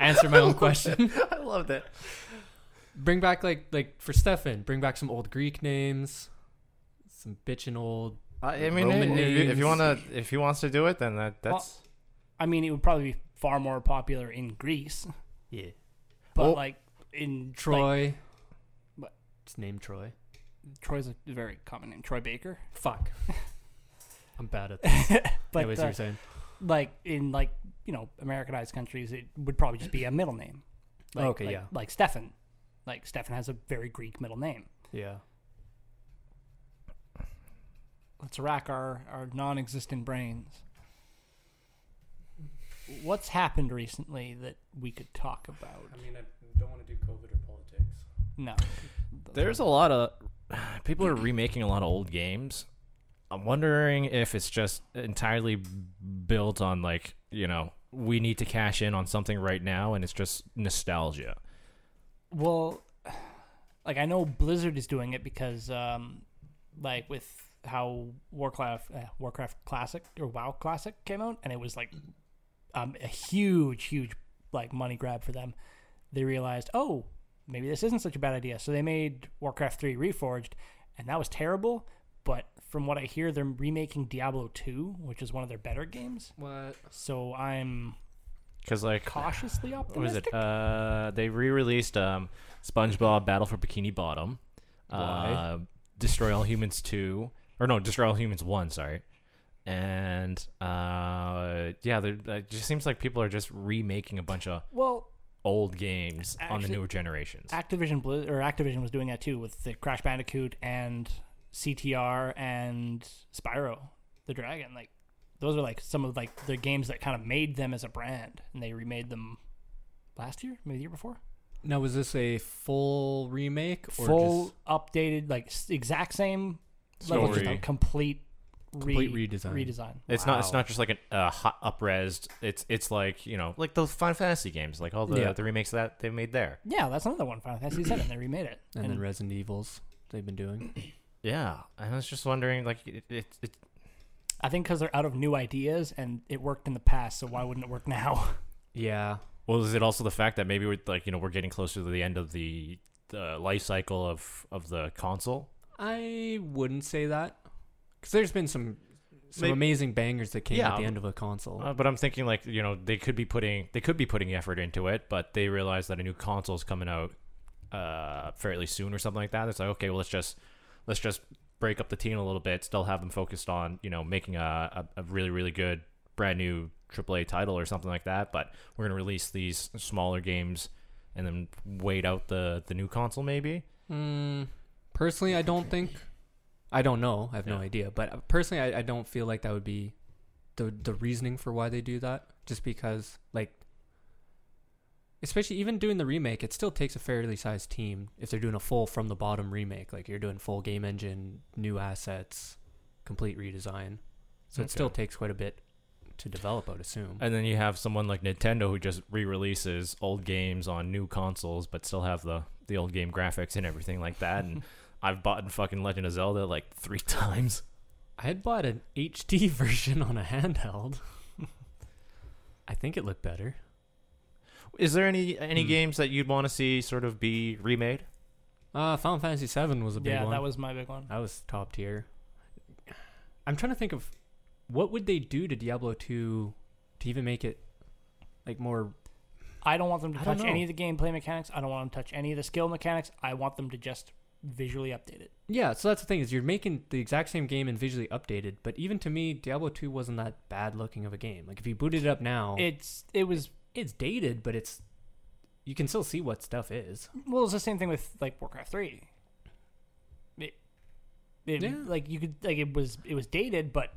answer my own question.
I loved it.
bring back like like for Stefan. Bring back some old Greek names, some bitchin' old.
I, I mean,
Roman
if you, if
names.
you wanna, if he wants to do it, then that that's
I mean, it would probably be far more popular in Greece,
Yeah.
but
Well-
like in like,
Troy.
What?
It's named Troy.
Troy's a very common name, Troy Baker.
Fuck. I'm bad at this.
But
Anyways,
uh,
you were saying.
like in like you know Americanized countries, it would probably just be a middle name. Like,
Okay,
like,
yeah.
Like Stefan, like Stefan has a very Greek middle name.
Yeah.
Let's rack our our non-existent brains. What's happened recently that we could talk about?
mean, I don't want to do COVID or politics.
No,
There's a lot of people are remaking a lot of old games. I'm wondering if it's just entirely built on like you know we need to cash in on something right now, and it's just nostalgia.
Well, like I know Blizzard is doing it because, um, like with how Warcraft, uh, Warcraft Classic or WoW Classic came out, and it was like um, a huge, huge like money grab for them. They realized, oh, maybe this isn't such a bad idea, so they made Warcraft Three Reforged, and that was terrible. But from what I hear, they're remaking Diablo Two, which is one of their better games.
What?
So I'm
Because like,
cautiously
what was
optimistic.
it? Uh, they re-released um, SpongeBob Battle for Bikini Bottom, uh,
Why?
Destroy All Humans two, or no, Destroy All Humans one, sorry. And uh, yeah, there- it just seems like people are just remaking a bunch of
Well,
old games on the
Actually-
newer generations.
Activision Blizz- or Activision was doing that too with the Crash Bandicoot and CTR and Spyro the Dragon. Like those are like some of like the games that kind of made them as a brand, and they remade them last year, maybe the year before.
Now, was this a full remake or
Full
just
updated, like s- exact same level, just
Story.
a complete re-
Complete redesign.
Redesign.
It's not. It's not just like an uh, hot upresed. It's it's like you know, like those Final Fantasy games, like all the
Yeah.
the remakes that they made there.
Yeah, that's another one. Final Fantasy VII, and they remade it.
and, then Resident Evils they've been doing?
Yeah, and I was just wondering, like it, it, it
I think because they're out of new ideas, and it worked in the past, so why wouldn't it work now?
yeah.
Well, is it also the fact that maybe we're like you know we're getting closer to the end of the uh, life cycle of of the console?
I wouldn't say that because there's been some some
Maybe-
amazing bangers that came
Yeah,
at the
um,
end of a console.
Uh, but I'm thinking like you know they could be putting they could be putting effort into it, but they realize that a new console's coming out uh, fairly soon or something like that. It's like okay, well let's just let's just break up the team a little bit, still have them focused on you know making a a, a really really good brand new AAA title or something like that. But we're gonna release these smaller games and then wait out the the new console maybe.
Mm, personally, I don't think. I don't know. I have no
Yeah.
idea. But uh, personally, I, I don't feel like that would be the the reasoning for why they do that. Just because, like, especially even doing the remake, it still takes a fairly sized team if they're doing a full from the bottom remake. Like you're doing full game engine, new assets, complete redesign. So it still
Okay.
takes quite a bit to develop. I would assume.
And then you have someone like Nintendo who just re-releases old games on new consoles, but still have the the old game graphics and everything like that. And I've bought fucking Legend of Zelda like three times.
I had bought an HD version on a handheld. I think it looked better.
Is there any any
Hmm.
games that you'd want to see sort of be remade?
Uh, Final Fantasy VII was a big
yeah,
one.
that was my big one.
that was top tier. I'm trying to think of what would they do to Diablo 2 to even make it like more.
I don't want them to
I don't
touch any
know.
of the gameplay mechanics. I don't want them to touch any of the skill mechanics. I want them to just visually update it.
Yeah, so that's the thing is you're making the exact same game and visually updated, but even to me, Diablo 2 wasn't that bad looking of a game. Like if you booted it up now,
It's it was
it's dated, but it's you can still see what stuff is.
well, it's the same thing with like Warcraft three. It, it
Yeah.
like you could like it was it was dated, but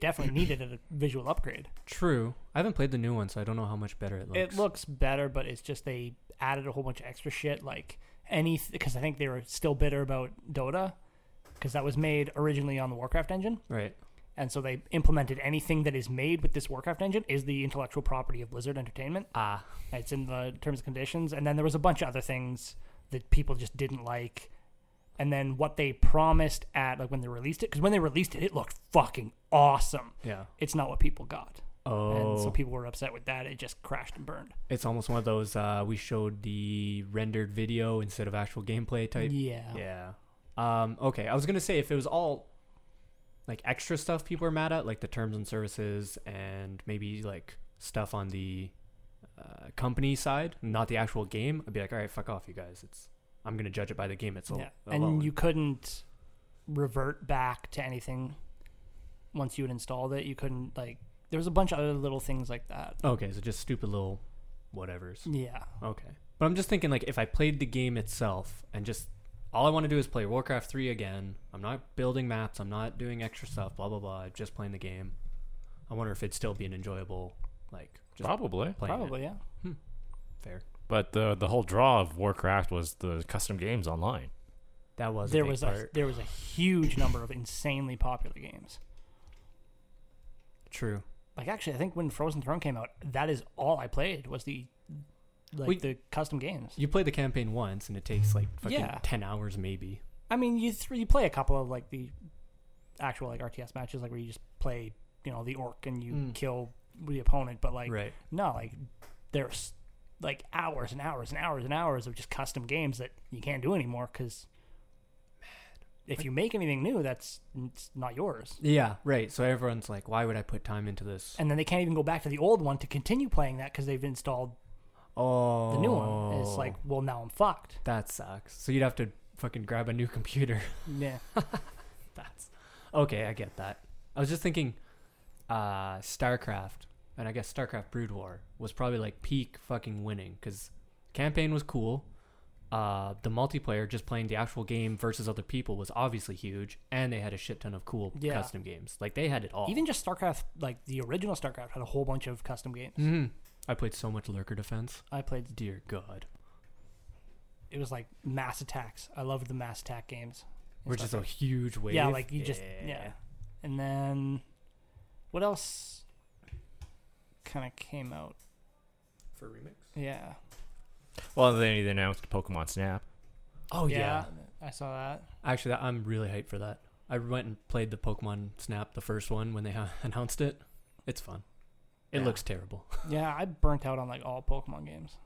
definitely needed a visual upgrade.
True. I haven't played the new one, so I don't know how much better it looks.
It looks better, but it's just they added a whole bunch of extra shit, like any because I think they were still bitter about Dota because that was made originally on the Warcraft engine,
right.
and so they implemented anything that is made with this Warcraft engine is the intellectual property of Blizzard Entertainment.
Ah,
It's in the terms and conditions, and then there was a bunch of other things that people just didn't like. And then what they promised at like when they released it, because when they released it, it looked fucking awesome.
yeah.
It's not what people got,
Oh,
and so people were upset with that. It just crashed and burned.
it's almost one of those. Uh, we showed the rendered video instead of actual gameplay type.
Yeah.
Yeah. Um, okay, I was gonna say if it was all like extra stuff people are mad at, like the terms and services, and maybe like stuff on the uh, company side, not the actual game. I'd be like, all right, fuck off, you guys. It's I'm gonna judge it by the game itself.
yeah.
alone."
And you couldn't revert back to anything once you had installed it. You couldn't like there was a bunch of other little things like that.
okay, so just stupid little whatevers.
Yeah.
Okay, but I'm just thinking like if I played the game itself and just all I want to do is play Warcraft 3 again. I'm not building maps. I'm not doing extra stuff. Blah blah blah. Just playing the game. I wonder if it'd still be an enjoyable like just
Probably.
playing it.
Probably, yeah.
Fair.
But the the whole draw of Warcraft was the custom games online.
That was
there was a, there was a huge number of insanely popular games.
true.
Like actually, I think when Frozen Throne came out, that is all I played was the like
Wait.
the custom games.
You play the campaign once, and it takes like fucking
Yeah.
ten hours, maybe.
I mean, you th- you play a couple of like the actual like RTS matches, like where you just play you know the orc and you
Mm.
kill the opponent, but like
Right.
no, like there's like hours and hours and hours and hours of just custom games that you can't do anymore because if you make anything new, that's it's not yours.
Yeah. Right. So everyone's like, "Why would I put time into this?"
And then they can't even go back to the old one to continue playing that because they've installed
Oh,
the new one. It's like, well, now I'm fucked.
that sucks. So you'd have to fucking grab a new computer.
Yeah.
That's okay. I get that. I was just thinking, uh, StarCraft, and I guess StarCraft Brood War was probably like peak fucking winning because campaign was cool. Uh, the multiplayer, just playing the actual game versus other people, was obviously huge, and they had a shit ton of cool
Yeah.
custom games. Like they had it all.
Even just StarCraft, like the original StarCraft, had a whole bunch of custom games.
Mhm. I played so much Lurker Defense.
I played.
Dear God,
It was like mass attacks. I loved the mass attack games. in
which is
StarCraft.
a huge wave.
yeah, like you just yeah. And then what else kind of came out?
for remix.
Yeah.
Well, then they announced Pokemon Snap.
Oh yeah.
I saw that.
Actually, that- I'm really hyped for that. I went and played the Pokemon Snap, the first one, when they ha- announced it. It's fun. It
Yeah.
looks terrible,
Yeah, I burnt out on like all Pokemon games.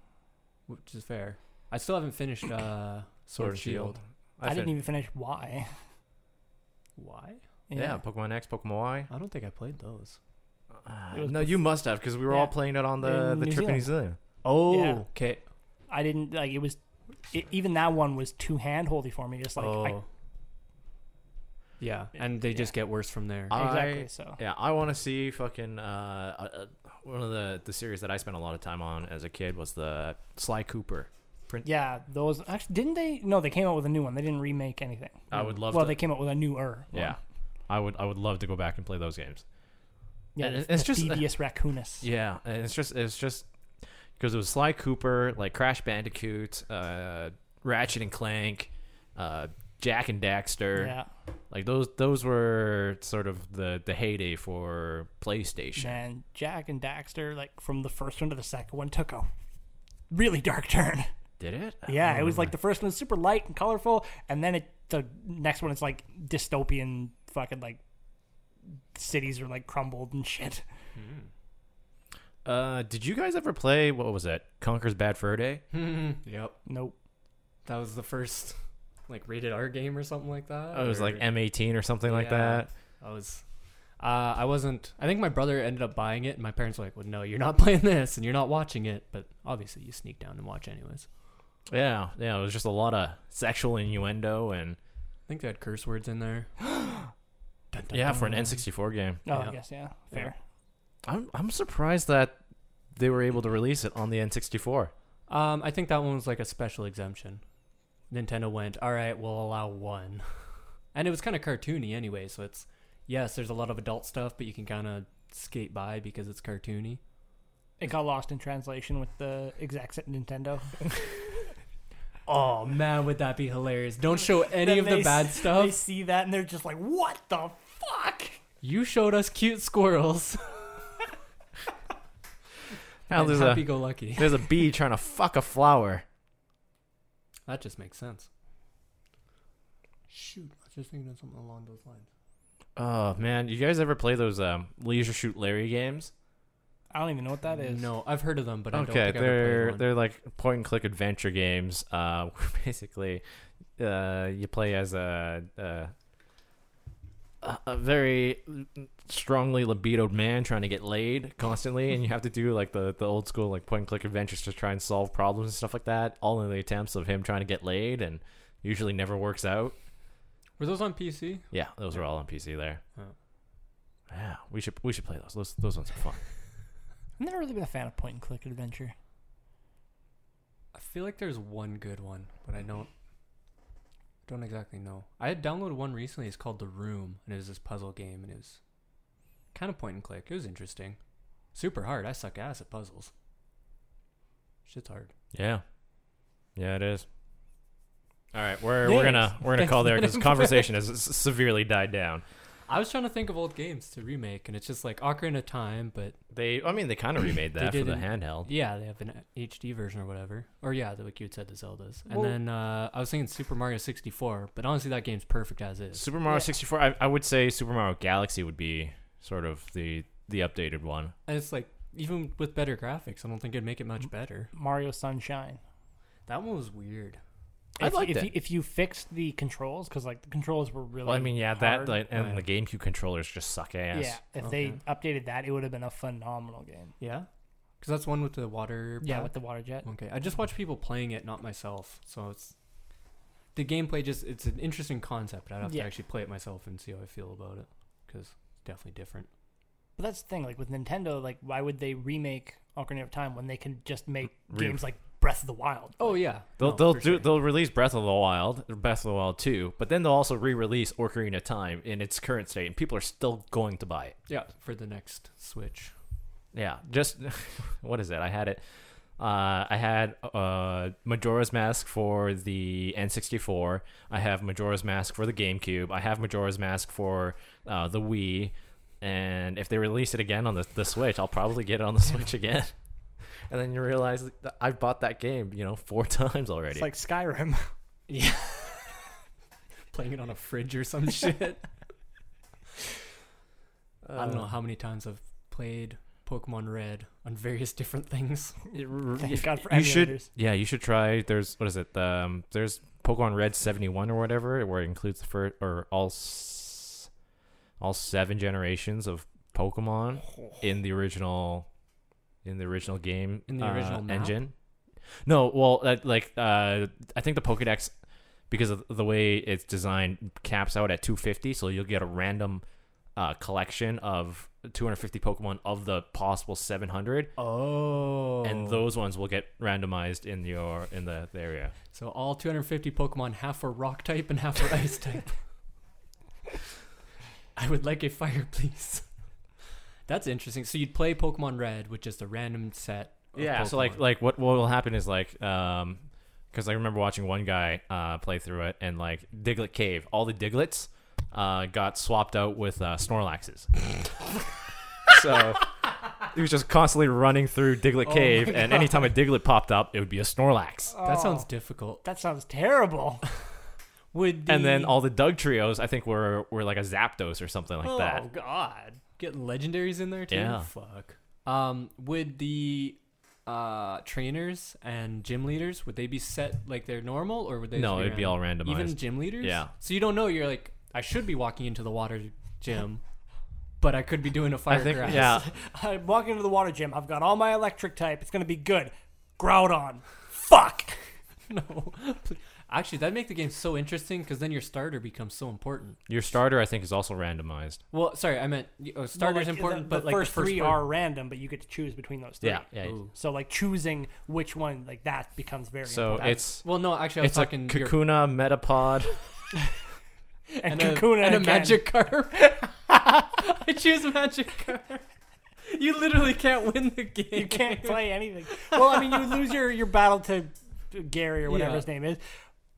which is fair. I still haven't finished uh, Sword and Shield.
I, didn't even finish why.
Why?
Yeah. Pokemon X, Pokemon Y.
I don't think I played those.
Uh,
It was
No, you must have because we were
Yeah.
all playing it on the,
In
the
New
trip in
Zealand.
New Zealand.
Oh,
Yeah.
okay.
I didn't like it was it, even that one was too handholdy for me. Just like
oh.
I,
yeah, and they just get worse from there.
I-
exactly. so
Yeah, I want to see fucking uh, uh, one of the the series that I spent a lot of time on as a kid was the Sly Cooper.
yeah, those actually didn't they? No, they came out with a new one. They didn't remake anything.
I would love
Well,
to.
they came out with a newer. one.
yeah, I would I would love to go back and play those games.
yeah.
And
the-
it's
the
just- uh,
devious raccoonus.
Yeah, and it's just it's just because it was Sly Cooper, like Crash Bandicoot, uh, Ratchet and Clank, uh, Jack and Daxter.
Yeah,
Like those those were sort of the the heyday for PlayStation.
man, Jack and Daxter, like from the first one to the second one, took a really dark turn.
Did it?
Yeah, it was like the first one was super light and colorful, and then it the next one is like dystopian fucking like cities are like crumbled and shit.
Uh, did you guys ever play what was it? Conker's Bad Fur Day?
yep,
Nope.
that was the first like rated R game or something like that.
Oh, it was like
or-
M18 or something like
Yeah.
that.
I was, uh, I wasn't. I think my brother ended up buying it, and my parents were like, "Well, no, you're not playing this, and you're not watching it." But obviously, you sneak down and watch anyways.
Yeah, yeah. It was just a lot of sexual innuendo and
I think they had curse words in there. Dun, dun,
yeah, for an
dun.
N64 game.
Oh,
Yeah.
I guess yeah, fair.
I'm I'm surprised that they were able to release it on the N64.
Um, I think that one was like a special exemption. Nintendo went, "All right, we'll allow one," and it was kind of cartoony anyway, so it's yes, there's a lot of adult stuff, but you can kind of skate by because it's cartoony.
It got lost in translation with the execs at Nintendo.
Oh man, would that be hilarious? Don't show any
Then
of
they
the
s-
bad
They
stuff.
see that and they're just like, "What the fuck?"
You showed us cute squirrels.
Now
and
there's
happy
a
go lucky.
there's a bee trying to fuck a flower.
That just makes sense. Shoot, I was just thinking of something along those lines.
Oh man, you guys ever play those um, Leisure Shoot Larry games?
I don't even know what that is.
No, I've heard of them, but I don't
okay,
think I've ever
they're
played one.
they're like point and click adventure games. Uh, where basically, uh, you play as a, a a very strongly libidoed man trying to get laid constantly, and you have to do like the the old school like point and click adventures to try and solve problems and stuff like that. All in the attempts of him trying to get laid, and usually never works out.
Were those on PC?
Yeah, those are all on PC there.
Oh.
Yeah, we should we should play those. Those those ones are fun.
I've never really been a fan of point and click adventure.
I feel like there's one good one, but I don't don't exactly know. I had downloaded one recently. It's called The Room, and it was this puzzle game, and it was kind of point and click. It was interesting. Super hard. I suck ass at puzzles. Shit's hard.
Yeah, yeah, it is. All right, we're
Yes.
we're gonna we're gonna
Thanks
call
for
there
that
because conversation has s- severely died down.
I was trying to think of old games to remake, and it's just like Ocarina of Time, but
They, I mean, they kind of remade
They
that for
did
the
an-
handheld.
yeah, they have an HD version or whatever. Or yeah, the like you had said, the Zeldas. And
Well-
then uh, I was thinking Super Mario 64, but honestly, that game's perfect as is.
Super Mario
Yeah.
64. I, I would say Super Mario Galaxy would be sort of the the updated one.
And it's like even with better graphics, I don't think it'd make it much better.
Mario Sunshine.
That one was weird.
I
If-
liked
if
it.
You, if you fixed the controls, because like the controls were really.
Well, I mean, yeah,
hard.
that like, and
Right.
the GameCube controllers just suck ass.
Yeah, if they updated that, it would have been a phenomenal game.
Yeah, because that's one with the water.
Yeah,
pack.
with the water jet.
Mm.
okay. I just watch people playing it, not myself. So it's the gameplay. Just it's an interesting concept. But I'd have
Yeah.
to actually play it myself and see how I feel about it because it's definitely different.
But that's the thing, like with Nintendo, like why would they remake Ocarina of Time when they can just make
Re-
games like Breath of the Wild?
Oh yeah,
They'll,
No,
they'll
for
do
sure.
they'll release Breath of the Wild, Breath of the Wild 2, but then they'll also re-release Ocarina of Time in its current state, and people are still going to buy it.
yeah for the next Switch.
Yeah, just what is it? I had it. Uh, I had uh, Majora's Mask for the N64. I have Majora's Mask for the GameCube. I have Majora's Mask for uh, the Wii. And if they release it again on the, the Switch, I'll probably get it on the Switch again. And then you realize that I've bought that game, you know, four times already.
It's like Skyrim.
Yeah, playing it on a fridge or some shit. I
Uh,
don't know how many times I've played Pokemon Red on various different things.
Uh,
Thank God for
you should
emulators.
yeah you should try there's what is it um there's pokemon red 71 or whatever where it includes the first or all s- all seven generations of pokemon in the original in the original game
In the
uh,
original map?
engine no well uh, like uh i think the pokédex because of the way it's designed caps out at 250 so you'll get a random uh, collection of 250 pokemon of the possible 700
Oh,
and those ones will get randomized in your in the, the area.
So all 250 Pokemon, half are rock type and half are ice type. I would like a fire, please. That's interesting. So you'd play Pokemon Red with just a random set. Of Pokemon.
So like like what what will happen is like um because I remember watching one guy uh play through it and like Diglett Cave, all the Diglets uh got swapped out with uh, Snorlaxes. so he was just constantly running through Diglett
my
Cave, and anytime a Diglett popped up, it would be a Snorlax.
that sounds difficult.
That sounds terrible.
Would
And then
the-
all the Doug trios, I think were were like a Zapdos or something like
oh
that.
god, getting legendaries in there too.
Yeah.
Fuck. Um, would the uh trainers and gym leaders would they be set like they're normal or would they?
No,
just
it'd be all
random? Even
randomized.
gym leaders.
Yeah.
So you don't know. You're like, I should be walking into the water gym, but I could be doing a fire
I think
grass.
yeah.
I walk into the water gym. I've got all my electric type. It's gonna be good. Groudon. Fuck.
no. Actually, that'd make the game so interesting because then your starter becomes so important.
Your starter I think is also randomized.
Well, sorry, I meant uh, starter's
Well, like,
important,
the,
but
the
like
first
the first
three
word-
are random, but you get to choose between those three.
Yeah, yeah.
Ooh.
So like choosing which one, like that becomes very
So
important.
it's
Well, no, actually, I was
it's
talking
a
your-
Kakuna Metapod.
and
and,
a, and
Kakuna
a
again.
magic carp. I choose Magic Card. You literally can't win the game.
You can't play anything. Well, I mean, you would lose your, your battle to Gary or whatever
Yeah.
his name is.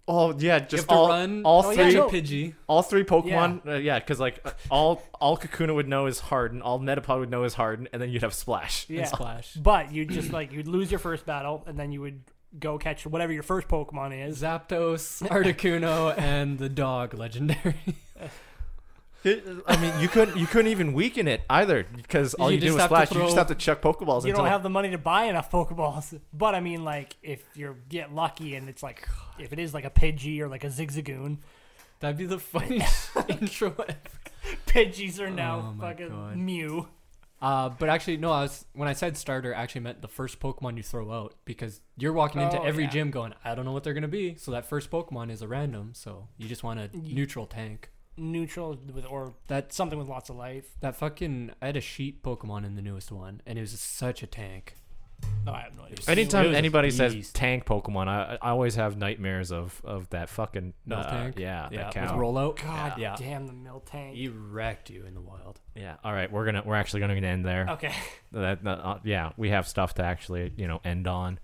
Oh yeah, just
You have to
all
run.
all
Oh, yeah,
three
no.
Pidgey.
all three Pokemon. Yeah, because like uh, all all Kakuna would know is Harden, all Metapod would know is Harden, and then you'd have Splash.
Yeah.
Splash.
But you just like you'd lose your first battle, and then you would go catch whatever your first Pokemon is.
Zapdos, Articuno, and the dog legendary.
It- I mean, you couldn't you couldn't even weaken it either because all
You
you, do
just
is
have to
Splash. You just
throw-
have to chuck Pokeballs
You
until
don't have the money to buy enough Pokeballs. But I mean, like if you get lucky and it's like if it is like a Pidgey or like a Zigzagoon,
That'd be the funniest intro ever.
Pidgeys are now
Oh my
fucking
God.
Mew.
Uh, but actually, no. I was when I said starter, I actually meant the first Pokemon you throw out because you're walking into
Oh,
every
yeah.
gym going, I don't know what they're gonna be. So that first Pokemon is a random. So you just want a neutral tank.
Neutral with or
That
something with lots of life.
that fucking I had a sheep Pokemon in the newest one, and it was such a tank.
No, I have no idea.
It
Anytime
was a
anybody says
beast.
tank Pokemon, I, I always have nightmares of of that fucking
Milk
uh,
tank.
Yeah,
yeah,
that cow.
with rollout.
God
yeah.
damn the mill tank.
He wrecked you in the wild.
yeah. All right, we're gonna we're actually gonna end there.
Okay.
That uh, yeah, we have stuff to actually you know end on,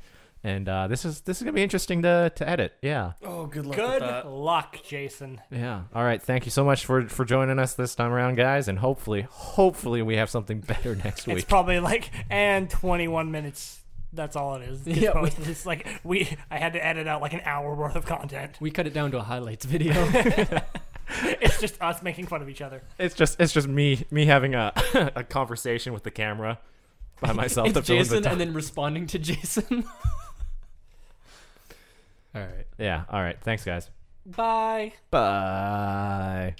and uh, this is this is gonna be interesting to to edit. Yeah,
Oh, good luck.
Good luck, Jason.
yeah. All right, thank you so much for for joining us this time around, guys, and hopefully hopefully we have something better next week.
It's probably like and 21 minutes. That's all it is. It's,
Yeah, we-
posted. it's like we. I had to edit out like an hour worth of content.
We cut it down to a highlights video.
It's just us making fun of each other.
It's just it's just me me having a a conversation with the camera by myself.
it's
to fill in the
Jason,
time.
and then responding to Jason. All right.
yeah. All right, thanks, guys.
Bye.
Bye.